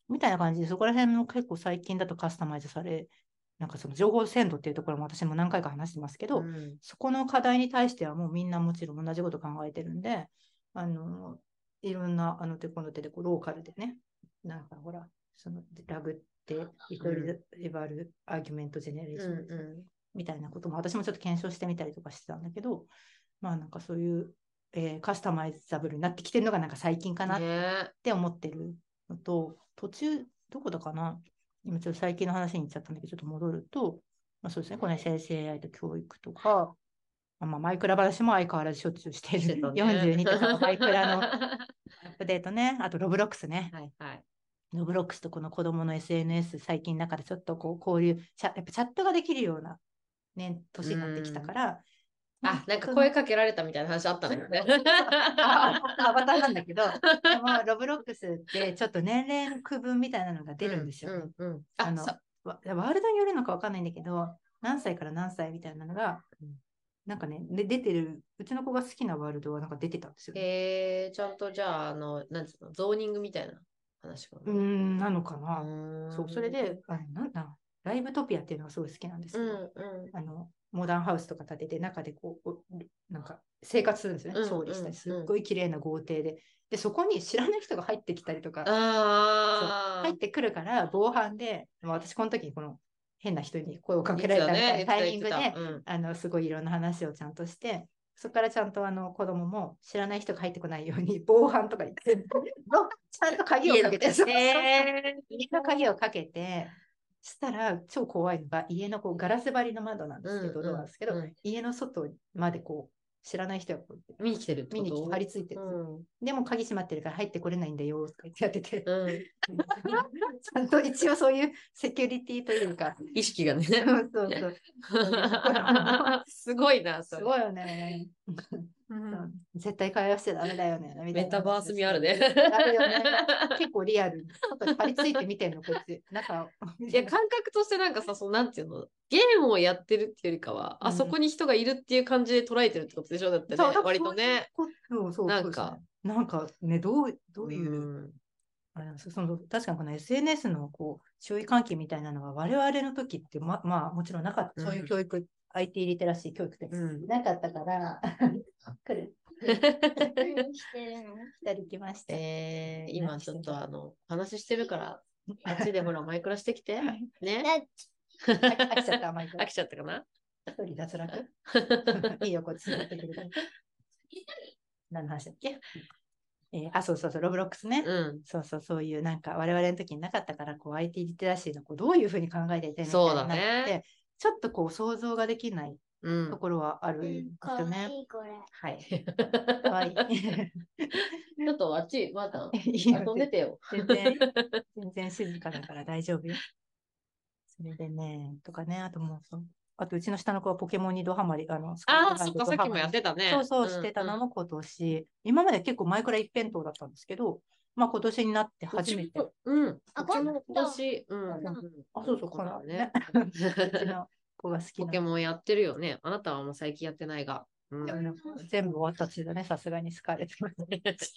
Speaker 2: みたいな感じで、そこら辺も結構最近だとカスタマイズされ、なんかその情報鮮度っていうところも私も何回か話してますけど、
Speaker 3: うん
Speaker 2: そこの課題に対してはもうみんなもちろん同じこと考えてるんで、あの、いろんなあの手この手でこうローカルでね、なんかほら、そのラグってリトリバルアーギュメントジェネレーショ
Speaker 3: うん
Speaker 2: ン
Speaker 3: うん
Speaker 2: みたいなことも私もちょっと検証してみたりとかしてたんだけど、まあなんかそういう、えーカスタマイザブルになってきてるのがなんか最近かなっ
Speaker 3: ねえ
Speaker 2: って思ってるのと、途中、どこだかな今ちょっと最近の話に行っちゃったんだけど、ちょっと戻ると、まあ、そうですね、この生成 AI と教育とか、まあまあ、マイクラ話も相変わらずしょっちゅうして
Speaker 3: して
Speaker 2: る。
Speaker 3: たね
Speaker 2: 42とかのマイクラのア
Speaker 3: は
Speaker 2: ップデート ね、あとロブロックスね。
Speaker 3: いはい。
Speaker 2: ロブロックスとこの子供の SNS、最近だからちょっとこう交流、チャやっぱチャットができるような、ね、年になってきたから、
Speaker 3: あ、なんか
Speaker 2: 本当に
Speaker 3: 声かけられたみたいな話あったのよね。
Speaker 2: あアバターなんだけ ど、でもロブロックスってちょっと年齢の区分みたいなのが出るんですよ、ね
Speaker 3: うんうん
Speaker 2: あ
Speaker 3: あ
Speaker 2: の
Speaker 3: の、そ
Speaker 2: わワールドによるのかわかんないんだけど、何歳から何歳みたいなのが、
Speaker 3: うん
Speaker 2: なんかね、で出てる、うちの子が好きなワールドはなんか出てたんですよね。
Speaker 3: えー、ちゃんとじゃあ、あの、なんつうの、ゾーニングみたいな話か
Speaker 2: うー
Speaker 3: な。
Speaker 2: ん、なのかな。
Speaker 3: うーん
Speaker 2: そう、それ、で、あのなんだ、ライブトピアっていうのがすごい好きなんですけ
Speaker 3: うん
Speaker 2: ど、
Speaker 3: う
Speaker 2: あの、モダンハウスとか建てて、中でこう、おなんか生活するんですよね、
Speaker 3: うん
Speaker 2: 調理したり、す
Speaker 3: うん
Speaker 2: っごい綺麗な豪邸で。で、そこに知らない人が入ってきたりとか
Speaker 3: ん。、ああ。
Speaker 2: 入ってくるから、防犯で、まあ私この時にこの変な人に声をかけられ
Speaker 3: 言
Speaker 2: たみ
Speaker 3: って
Speaker 2: たいなタイミ
Speaker 3: 言
Speaker 2: ン
Speaker 3: っ
Speaker 2: グ
Speaker 3: て
Speaker 2: で
Speaker 3: た、言ってたうん
Speaker 2: あの、すごいいろんな話をちゃんとして、そこからちゃんとあの子供も知らない人が入ってこないように 防犯とか言って、ろちゃんと鍵をかけて、そうそうそう
Speaker 3: えー
Speaker 2: 家の鍵をかけて、したら超怖いのが家のこうガラス張りの窓なんですけど、
Speaker 3: うん
Speaker 2: ドアなんですけど、
Speaker 3: うん
Speaker 2: 家の外までこう知らない人がこう
Speaker 3: 見に来てるってこ
Speaker 2: 見
Speaker 3: と
Speaker 2: に来て張り付いてる、
Speaker 3: うん
Speaker 2: でも鍵閉まってるから入ってこれないんだよとか言ってやって て、
Speaker 3: うん。
Speaker 2: ちゃんと一応そういうセキュリティというか、
Speaker 3: 意識がね。
Speaker 2: そうそうそう
Speaker 3: すごいな、
Speaker 2: す
Speaker 3: それ。
Speaker 2: ごいよね。うん絶対会話してダメだよ ね。みたいな
Speaker 3: メタバース味あるね。
Speaker 2: あるよ ね。結構リアルに。なんか張り付いて見てんの、こっち。なんか、
Speaker 3: いや、感覚としてなんかさ、そのなんていうの、ゲームをやってるっていうよりかは、
Speaker 2: う
Speaker 3: あ
Speaker 2: ん
Speaker 3: そこに人がいるっていう感じで捉えてるってことでしょだってね
Speaker 2: そうだから、
Speaker 3: 割とね。
Speaker 2: こそうそう
Speaker 3: な
Speaker 2: そ
Speaker 3: ん
Speaker 2: うです
Speaker 3: か
Speaker 2: ね。なんかね、どうどういう、
Speaker 3: うん
Speaker 2: あれなんですかその確かにこの SNS のこう注意喚起みたいなのは我々の時ってままあもちろんなかった、そういう教育 IT リテラシー教育って
Speaker 3: うん
Speaker 2: なかったから、 来 る来たり来ました。
Speaker 3: えー、今ちょっとあの、話してるから、あっちでほら、マイクラしてきて。ね。
Speaker 2: なっ飽きちゃった、マイク
Speaker 3: 飽きちゃったかな
Speaker 2: 一人脱落 いいよ、こっちにやってくれ たら。何の話だっけ、えーあ、そうそうそう、ロブロックスね。
Speaker 3: うん。
Speaker 2: そうそう、そういうなんか我々の時になかったから、こう IT リテラシーのこうどういうふうに考えていてみたい
Speaker 3: そうだ
Speaker 2: にな
Speaker 3: ね
Speaker 2: って、ちょっとこう想像ができない
Speaker 3: う ん
Speaker 2: と。ころはあるんです
Speaker 4: か
Speaker 2: よ
Speaker 4: わ
Speaker 2: ね。
Speaker 4: いいこれ。
Speaker 3: はい。
Speaker 2: かわいい。
Speaker 3: ちょっとあっち、まーたん、
Speaker 2: いいよ
Speaker 3: 遊んでてよ。
Speaker 2: 全然、全然静かだから大丈夫よ。それでね、とかね、あともうそう、あとうちの下の子はポケモンにドハマり、あの、スカウ
Speaker 3: あ
Speaker 2: トガイ
Speaker 3: あ、そっ
Speaker 2: ド
Speaker 3: か、
Speaker 2: ド
Speaker 3: さっ
Speaker 2: ハマ
Speaker 3: きも
Speaker 2: り
Speaker 3: やってたね。
Speaker 2: そうそう、してた
Speaker 3: ん
Speaker 2: のも今年、今まで結構マイクラ一辺倒だったんですけど、まあ今年になって初めて。
Speaker 3: うん。
Speaker 4: あ
Speaker 3: こっちも
Speaker 4: 本当
Speaker 3: 今年、うん。
Speaker 4: うん
Speaker 2: あ、そうそう、
Speaker 3: こ
Speaker 2: こ
Speaker 3: の
Speaker 2: の
Speaker 3: ね
Speaker 2: ね。 うちの子が好き
Speaker 3: ポ
Speaker 2: な
Speaker 3: ケ。モンやってるよね。あなたはもう最近やってないが。うん
Speaker 2: でもなんか全部終わった時だね、さす がに好かれてます。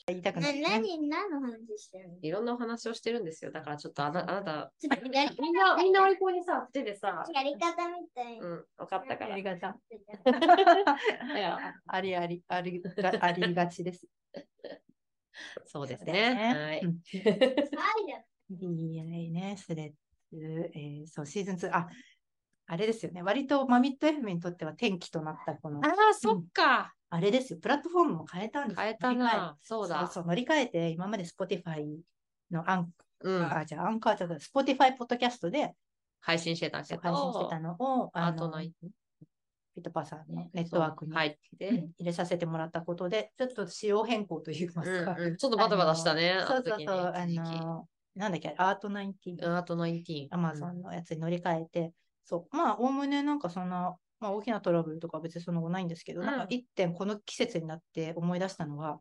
Speaker 2: 言いたく
Speaker 4: な
Speaker 2: ない、ね。
Speaker 4: 何、何の話してるの
Speaker 3: いろんなお話をしてるんですよ。だからちょっとあなあなた、
Speaker 4: ちょっとやり
Speaker 3: みんな、みんなお利口にさ、手でさ、
Speaker 4: やり方みたいに
Speaker 3: う
Speaker 4: なっ
Speaker 3: ん、分かったから。
Speaker 2: りがた。
Speaker 4: てた。
Speaker 2: ありあり、ありが、ありがちです。
Speaker 3: そうですね。
Speaker 2: うん
Speaker 4: はいじゃん。
Speaker 2: DNA ね、スレッズ、えーそう、シーズン2、あ、あれですよね、割とマミット FM にとっては転機となったこの
Speaker 3: はい。、ああ、そっか。
Speaker 2: あれですよ、プラットフォームも変えたんですよ
Speaker 3: 変えた。
Speaker 2: 乗り換え
Speaker 3: な。そうだ。
Speaker 2: そうそう、乗り換えて、今まで Spotify のアン
Speaker 3: うん。
Speaker 2: あ、じゃあ、アンカーじゃなくて、Spotify ポッドキャストで
Speaker 3: 配信してたけ
Speaker 2: そう
Speaker 3: ど。
Speaker 2: 配信してたのを、あ
Speaker 3: 後
Speaker 2: の、
Speaker 3: の
Speaker 2: ピートパーさんのネットワークに
Speaker 3: 入っ
Speaker 2: う
Speaker 3: て。
Speaker 2: ん入れさせてもらったことで、ちょっと仕様変更といいますか、
Speaker 3: うんうんちょっとバタバタしたね。
Speaker 2: そうそうそう、
Speaker 3: あ
Speaker 2: あ
Speaker 3: の時ね一時期
Speaker 2: の、なんだっけ、アートナインティ
Speaker 3: うんあと19。
Speaker 2: アマゾンのやつに乗り換えて、そう、まあ、おおむねなんかそんな、まあ、大きなトラブルとかは別にその後ないんですけど、
Speaker 3: うん
Speaker 2: なんか一点、この季節になって思い出したのは、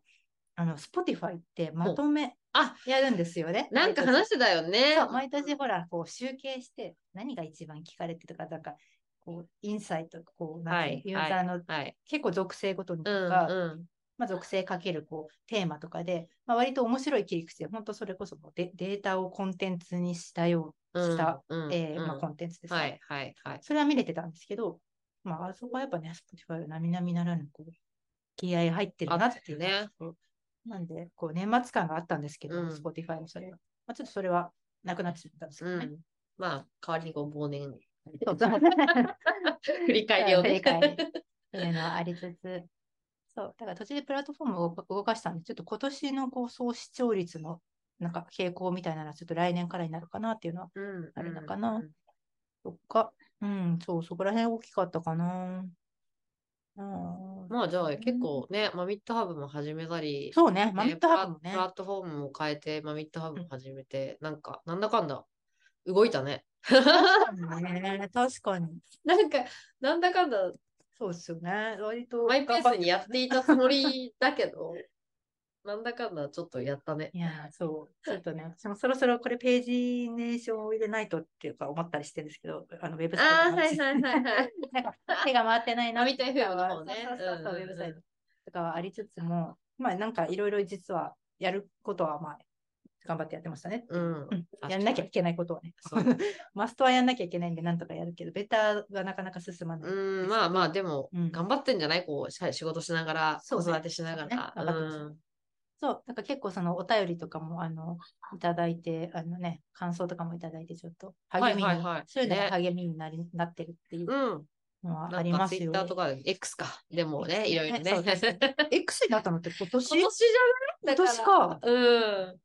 Speaker 2: あの、Spotify ってまとめ
Speaker 3: あ、
Speaker 2: やるんですよね。
Speaker 3: なんか話してたよね。
Speaker 2: そう毎年ほら、こう集計して、何が一番聞かれてとか、なんか、こう、インサイト、こう、なんていうのユ
Speaker 3: は
Speaker 2: ー
Speaker 3: い
Speaker 2: ザーの、
Speaker 3: はい。
Speaker 2: 結構属性ごとにと
Speaker 3: う
Speaker 2: か、
Speaker 3: んうん。
Speaker 2: まあ、属性かけるこうテーマとかで、まあ、割と面白い切り口で、本当それこそもうデデータをコンテンツにしたよう
Speaker 3: うん
Speaker 2: した、
Speaker 3: うん
Speaker 2: えーまあ、
Speaker 3: うん
Speaker 2: コンテンツですね、
Speaker 3: はいはいはい。
Speaker 2: それは見れてたんですけど、まあ、あそこはやっぱね、Spotify は並々ならぬこう気合い入ってるなっていう
Speaker 3: あったよね
Speaker 2: そうなんで、こう年末感があったんですけど、
Speaker 3: うん
Speaker 2: Spotify のそれが。まあ、ちょっとそれはなくなってしまったんですけ
Speaker 3: う
Speaker 2: どね。
Speaker 3: ん。まあ、代わりにご 忘年。
Speaker 2: そうそう
Speaker 3: 振り返りをね
Speaker 2: 振。 返りっていうのはありつつ、そう、だから途中でプラットフォームを動動かしたんで、ちょっと今年のこう総視聴率のなんか傾向みたいなのは、ちょっと来年からになるかなっていうのは、
Speaker 3: うん
Speaker 2: あるのかな
Speaker 3: うん
Speaker 2: そっか、うん、そう、そこら辺大きかったかな。うん、
Speaker 3: まあ、じゃあ結構ね、マミットハブも始めたり、
Speaker 2: そうね、
Speaker 3: ね
Speaker 2: マミットハブもね
Speaker 3: プラプ、ラットフォームも変えて、マミットハブも始めて、なんか、なんだかんだ、動いた ね。
Speaker 2: ね 確かに。
Speaker 3: なんか、なんだかんだ、
Speaker 2: そうっすよね、割と。
Speaker 3: マイペースにやっていたつもりだけど、なんだかんだちょっとやっ たね。
Speaker 2: いやー、そう、ちょっとね、私もそろそろこれページネーションを入れないとっていうか思ったりしてるんですけど、あのウェブサイト
Speaker 3: ああ、
Speaker 2: の
Speaker 3: は
Speaker 2: 話
Speaker 3: いはいは いはい。
Speaker 2: なんか手が回ってないな
Speaker 3: あみたい
Speaker 2: な
Speaker 3: な風なもんね
Speaker 2: そうそうそうそう
Speaker 3: うんうんうん
Speaker 2: ウェブサイトとかはありつつも、まあなんかいろいろ実はやることはまあ頑張ってやってましたね。
Speaker 3: うん
Speaker 2: う。んやんなきゃいけないことをね。 マストはやんなきゃいけないんでなんとかやるけど、ベターはなかなか進まない。
Speaker 3: うん、まあまあ、でも、
Speaker 2: うん
Speaker 3: 頑張ってんじゃないこう、しゃ仕事しながら、
Speaker 2: そ
Speaker 3: 子
Speaker 2: うね
Speaker 3: 育てしながら。
Speaker 2: そうね頑張ってそう、なんか結構そのお便りとかもあのいただいて、あのね、感想とかもいただいて、ちょっと
Speaker 3: はい
Speaker 2: 励みに、
Speaker 3: はいはい
Speaker 2: そういうのが
Speaker 3: ね
Speaker 2: 励みになりなってるっていう
Speaker 3: うん。うん。
Speaker 2: のは
Speaker 3: な
Speaker 2: あり
Speaker 3: んか、
Speaker 2: ま
Speaker 3: ツ
Speaker 2: す
Speaker 3: イッ
Speaker 2: よ。
Speaker 3: ターとか、X か。でもね、いろいろね。
Speaker 2: そう ですね X になったのって今年
Speaker 3: 今年じゃない
Speaker 2: 今年。か
Speaker 3: だ。らうん。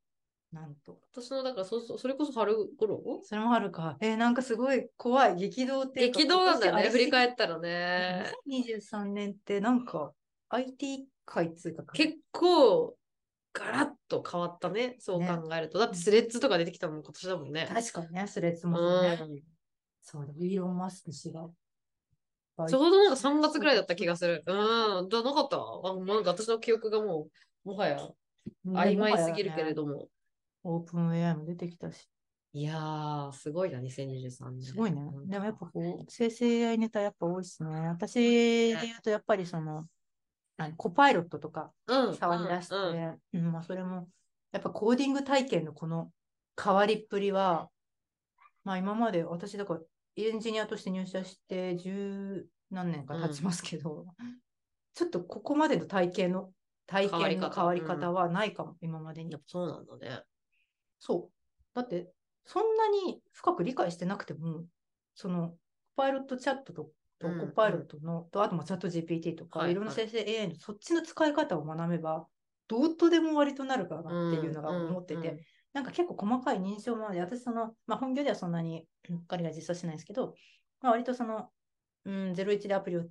Speaker 2: なんと。
Speaker 3: 今年の、だからそ、そそれこそ春頃
Speaker 2: それもあるか。えーなんかすごい怖い。激動っていうか。
Speaker 3: 激動なんだよね、振り返
Speaker 2: って。
Speaker 3: ったらね。
Speaker 2: 2023年ってなんか IT 界っていうか。
Speaker 3: 結構、ガラッと変わったね、そう
Speaker 2: ね
Speaker 3: 考えると。だって、スレッズとか出てきたのも今年だもんね。
Speaker 2: 確かにね、スレッズ
Speaker 3: う
Speaker 2: もそうね。
Speaker 3: ん。
Speaker 2: そうだ、イーロン・マスク氏が。
Speaker 3: ちょうどなんか3月ぐらいだった気がする。うん。じゃなかったあなんか私の記憶がもう、もはや曖昧すぎるけれ
Speaker 2: ど。
Speaker 3: ども。
Speaker 2: オープン AI も出てきたし。
Speaker 3: いやー、すごいな、2023年。
Speaker 2: すごいね
Speaker 3: う。ん
Speaker 2: でもやっぱこう、生成 AI ネタやっぱ多いっすね。私で言うとやっぱりその、あのコパイロットとか
Speaker 3: うん。
Speaker 2: 触り出して、
Speaker 3: うんうん
Speaker 2: うんまあ、それもやっぱコーディング体験のこの変わりっぷりは、まあ、今まで私だからエンジニアとして入社して十何年か経ちますけど、 ちょっとここまでの体験の体
Speaker 3: 変わり
Speaker 2: 験
Speaker 3: 方
Speaker 2: の変わり方はないかも、今までに
Speaker 3: やっ。ぱそうなんだね。
Speaker 2: そう。だってそんなに深く理解してなくてもそのパイロットチャットとと
Speaker 3: うん
Speaker 2: コパイロットの、とあとまあチャット GPT とか、
Speaker 3: はい
Speaker 2: い、ろんな生成 AI のそっちの使い方を学べばどうとでも割となるかなっていうのが思ってて、
Speaker 3: うんうんうん
Speaker 2: なんか結構細かい認証もあるので私その、まあ、本業ではそんなに彼が実装しないんですけど、まあ、割とその、うん、01でアプリを、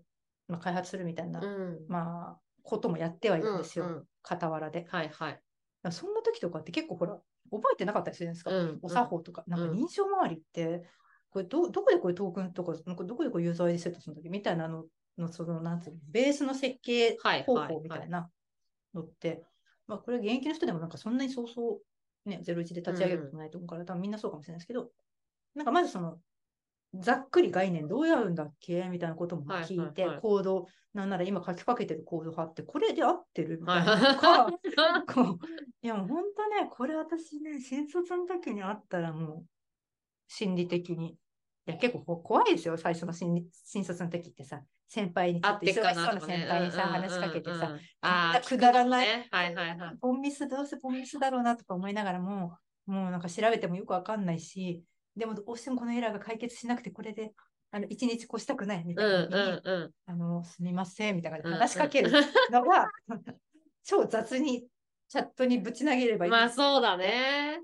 Speaker 2: まあ、開発するみたいな、
Speaker 3: うん。
Speaker 2: まあ、こともやってはいるんですよ、
Speaker 3: うんうん
Speaker 2: 傍らで。だか
Speaker 3: はいはい。
Speaker 2: らそんな時とかって結構ほら覚えてなかったりするんですか、
Speaker 3: うん
Speaker 2: お 作法とか、なんか
Speaker 3: うん
Speaker 2: 認証周りって、これど、どこでこれトークンとか、なんかどこでこれユーザー ID セットするんだっけみたいなのの、その、なんつうの、ベースの設計
Speaker 3: はい
Speaker 2: 方
Speaker 3: はい
Speaker 2: 法みたいなのって、まあ、これ現役の人でもなんかそんなにそうそうね、01で立ち上げることないと思うから、多分みんなそうかもしれないですけど、なんかまずその、ざっくり概念どうやるんだっけみたいなことも聞いて、
Speaker 3: はいはいはい
Speaker 2: コード、なんなら今書きかけてるコード派って、これで合ってるみたいなの が、
Speaker 3: はい
Speaker 2: こういやもう本当ね、これ私ね、新卒の時にあったらもう、心理的に。いや、結構こ怖いですよ、最初の新新卒の時ってさ、先輩にちょ
Speaker 3: あ
Speaker 2: っ
Speaker 3: っ
Speaker 2: と忙
Speaker 3: て
Speaker 2: しそ
Speaker 3: っ
Speaker 2: うな
Speaker 3: かなとか
Speaker 2: 先
Speaker 3: ね。
Speaker 2: 輩にさ、
Speaker 3: うんうんうんうん
Speaker 2: 話しかけてさ、。
Speaker 3: あ
Speaker 2: みんな
Speaker 3: あ、
Speaker 2: くだらない
Speaker 3: 聞くもんねはいは いはい。
Speaker 2: ボンミスどうせボンミスだろうなとか思いながらも、もうなんか調べてもよくわかんないし、でもどうしてもこのエラーが解決しなくて、これで、あの、一日越したくないみ
Speaker 3: う
Speaker 2: た
Speaker 3: ん
Speaker 2: いな時に、
Speaker 3: うんうん。
Speaker 2: あの、すみません、みたいな感じ
Speaker 3: うん
Speaker 2: で話しかけるのが、 超雑に、チャットにぶち投げればいい。
Speaker 3: まあそうだね。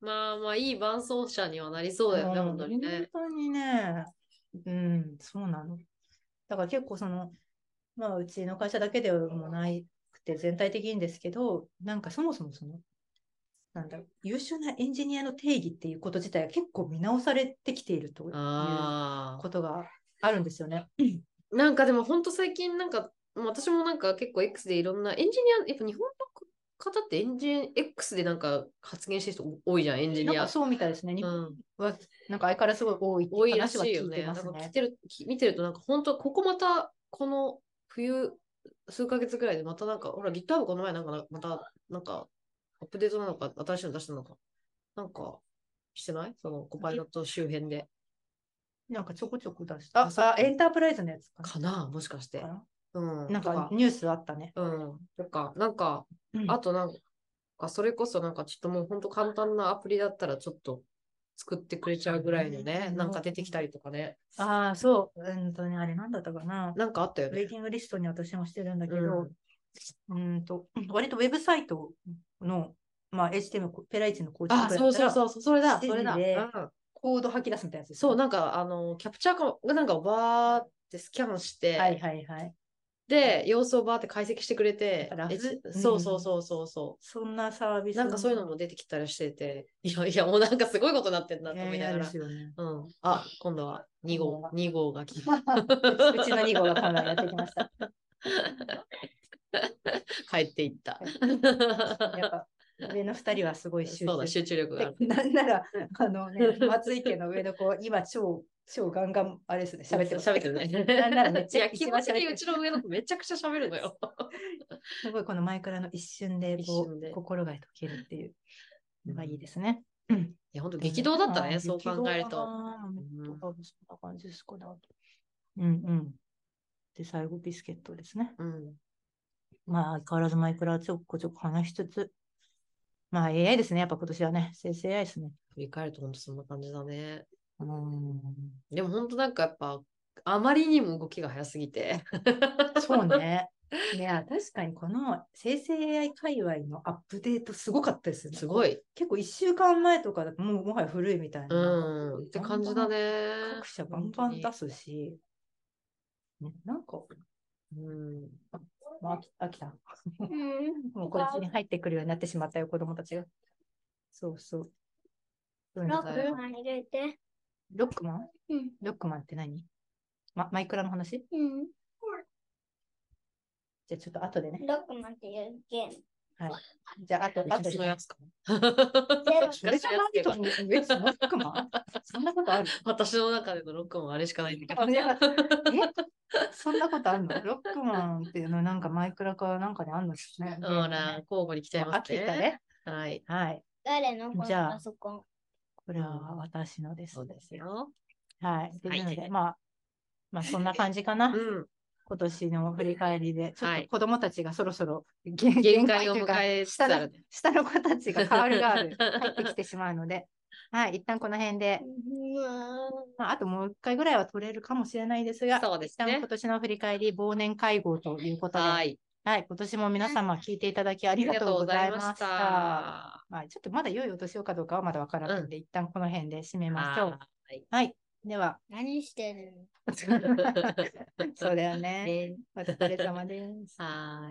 Speaker 3: まあまあいい伴奏者にはなりそうだよね、
Speaker 2: うん
Speaker 3: 本当にね。
Speaker 2: 本当にね。うん、そうなの。だから結構その、まあうちの会社だけでもないくて全体的にですけど、なんかそもそもその、なんだろう、優秀なエンジニアの定義っていうこと自体が結構見直されてきているという
Speaker 3: あ
Speaker 2: ことがあるんですよね。
Speaker 3: あ。なんかでも本当最近なんか、もう私もなんか結構 X でいろんなエンジニア、やっぱ日本の方ってエンジン X でなんか発言してる人多いじゃん、エンジ
Speaker 2: なん
Speaker 3: ニア
Speaker 2: か。そうみたいですね。日
Speaker 3: う
Speaker 2: 本
Speaker 3: ん、
Speaker 2: は、なんか相変わらずすごい多いって
Speaker 3: 多いら
Speaker 2: 話
Speaker 3: し
Speaker 2: はい
Speaker 3: よ
Speaker 2: 聞いて
Speaker 3: ね。な
Speaker 2: ま
Speaker 3: ん
Speaker 2: す
Speaker 3: か
Speaker 2: ね
Speaker 3: 来。てるき見てるとなんか本当ここまたこの冬数ヶ月ぐらいでまたなんかほら GitHub この前なんかなまたなんかアップデートなのか新しいの出したのかなんかしてないそのコパイロット周辺で
Speaker 2: なんかちょこちょこ出し
Speaker 3: あ
Speaker 2: た。
Speaker 3: そっ
Speaker 2: あ、
Speaker 3: か
Speaker 2: エンタープライズのやつか
Speaker 3: かなもしかして
Speaker 2: な。か
Speaker 3: うん。
Speaker 2: ななん
Speaker 3: と
Speaker 2: かニュースあったね。
Speaker 3: うん。とか、なんか、
Speaker 2: うん
Speaker 3: あとなんか、それこそなんかちょっともう本当簡単なアプリだったらちょっと作ってくれちゃうぐらいのね、
Speaker 2: うん
Speaker 3: なんか出てきたりとかね。
Speaker 2: ああ、そう。うんとね、あれなんだったかな。
Speaker 3: なんかあったよ
Speaker 2: ウェイ
Speaker 3: ね。
Speaker 2: ティングリストに私もしてるんだけ
Speaker 3: う
Speaker 2: ど、うーん、と、 割とウェブサイトの、まあ、HTML、ペライチの構築。
Speaker 3: あ、そうそうそううそう、それだ、
Speaker 2: 指
Speaker 3: それ
Speaker 2: 示
Speaker 3: だ。
Speaker 2: で
Speaker 3: うん
Speaker 2: コード吐き出すみたいなやつですね
Speaker 3: そう、なんか、あの、キャプチャーかがなんかをバーってスキャンして、
Speaker 2: はいはいはい。
Speaker 3: で、様子をバーって解析してくれて
Speaker 2: やっぱ、楽
Speaker 3: えち
Speaker 2: うん
Speaker 3: そうそうそうそうそ
Speaker 2: そんなサービ
Speaker 3: う。
Speaker 2: ス。
Speaker 3: なんかそういうのも出てきたりしてて、いやいや、もうなんかすごいことになってんなと思いな
Speaker 2: 嫌
Speaker 3: が
Speaker 2: で
Speaker 3: ら
Speaker 2: す。よ ね。
Speaker 3: うん。あ、今度は2号、2号が来た。
Speaker 2: うちの2号が今度やってきました。
Speaker 3: 帰っていった。
Speaker 2: やっぱ、上の2人はすごい集
Speaker 3: そ
Speaker 2: 中
Speaker 3: うだ、
Speaker 2: して
Speaker 3: 集中力がある。
Speaker 2: なんなら、あのね、松井家の上の子、今超、超ガンガン、あれですね、喋ってます。
Speaker 3: 喋ってる
Speaker 2: なんなら め
Speaker 3: ね
Speaker 2: っ。
Speaker 3: い
Speaker 2: ちゃ
Speaker 3: や、
Speaker 2: 一
Speaker 3: 基
Speaker 2: 番喋
Speaker 3: 本
Speaker 2: って
Speaker 3: 的
Speaker 2: る
Speaker 3: にうちの上の子めちゃくちゃ喋る のよ。
Speaker 2: すごいこの前からの一瞬でこ
Speaker 3: 一瞬
Speaker 2: う
Speaker 3: で
Speaker 2: 心が解けるっていうのがいいですね。
Speaker 3: いや、本当激動だったね、そう考える
Speaker 2: 激動だ
Speaker 3: と。
Speaker 2: なぁ。
Speaker 3: うん
Speaker 2: 多分そんな感じですかね。うんうん。で、最後ビスケットですね。
Speaker 3: うん。
Speaker 2: まあ、相変わらずマイクラはちょこちょこ話しつつ、まあ AI ですね、やっぱ今年はね、生成 AI ですね。
Speaker 3: 振り返ると本当そんな感じだね。
Speaker 2: うん。
Speaker 3: でも本当なんかやっぱ、あまりにも動きが早すぎて。
Speaker 2: そうね。いや、確かにこの生成 AI 界隈のアップデートすごかったですね
Speaker 3: す。ごい。
Speaker 2: 結構1週間前とかだともうもはや古いみたいな。
Speaker 3: うん。って感じだね。
Speaker 2: 各社バンバン出すし、ね、なんか、
Speaker 3: うん。
Speaker 2: まあ、飽き飽きた。
Speaker 4: うん。
Speaker 2: もうこっちに入ってくるようになってしまったよ、子供たちが。そうそう。そう
Speaker 4: ロ
Speaker 2: な
Speaker 4: ッ
Speaker 2: んだ
Speaker 4: クマン入れて。
Speaker 2: ロックマン
Speaker 4: うん。
Speaker 2: ロックマンって何、ま、マイクラの話
Speaker 4: うん。
Speaker 2: じゃあちょっと後でね。
Speaker 4: ロックマンっていうゲーム。
Speaker 2: じゃあ後、後
Speaker 3: 別
Speaker 2: で
Speaker 3: の
Speaker 2: ね。
Speaker 3: やつか。
Speaker 2: それじゃないと思う、別のロックマンそんなことある
Speaker 3: 私の中でのロックもあれしかないんだけど
Speaker 2: あいやえそんなことあるのロックマンっていうのなんかマイクラかなんかにあるのですね。ゲーム
Speaker 3: ほ
Speaker 2: ね
Speaker 3: ら、交互に来ちゃい
Speaker 2: 飽
Speaker 3: ま
Speaker 2: き
Speaker 3: すね。
Speaker 2: たね。
Speaker 3: はい。
Speaker 2: はい。
Speaker 4: 誰のこ
Speaker 2: じゃあ
Speaker 4: のパソコン。
Speaker 2: これは私のです。
Speaker 3: そうですよ。
Speaker 2: はい。と
Speaker 3: はい
Speaker 2: いうので、まあ、まあ、そんな感じかな。
Speaker 3: うん。
Speaker 2: 今年の振り返りで、ちょっ
Speaker 3: は
Speaker 2: と
Speaker 3: い
Speaker 2: 子供たちがそろそろ限
Speaker 3: 限界を
Speaker 2: というか
Speaker 3: 迎えつつ
Speaker 2: 下
Speaker 3: あ
Speaker 2: の
Speaker 3: る。
Speaker 2: 下の子たちが変わるがある 入ってきてしまうので、はい、一旦この辺で、
Speaker 4: うわー
Speaker 2: まあ、あともう一回ぐらいは取れるかもしれないですが、
Speaker 3: そうです
Speaker 2: 一旦
Speaker 3: ね
Speaker 2: 今。年の振り返り、忘年会合ということで、は、
Speaker 3: はいい。
Speaker 2: 今年も皆様聞いていただきあ
Speaker 3: あ
Speaker 2: りがとうございました。
Speaker 3: りが
Speaker 2: まあ、ちょっとまだ良いお年をかどうかはまだわからないので、一旦この辺で締め
Speaker 3: とうご
Speaker 2: まし
Speaker 3: ざい
Speaker 2: ょ
Speaker 3: ま
Speaker 2: う。
Speaker 3: した。はい。
Speaker 2: はい、で は。
Speaker 4: 何してるの
Speaker 2: そうだよね。
Speaker 3: ね
Speaker 2: お疲れ様です。
Speaker 3: はい。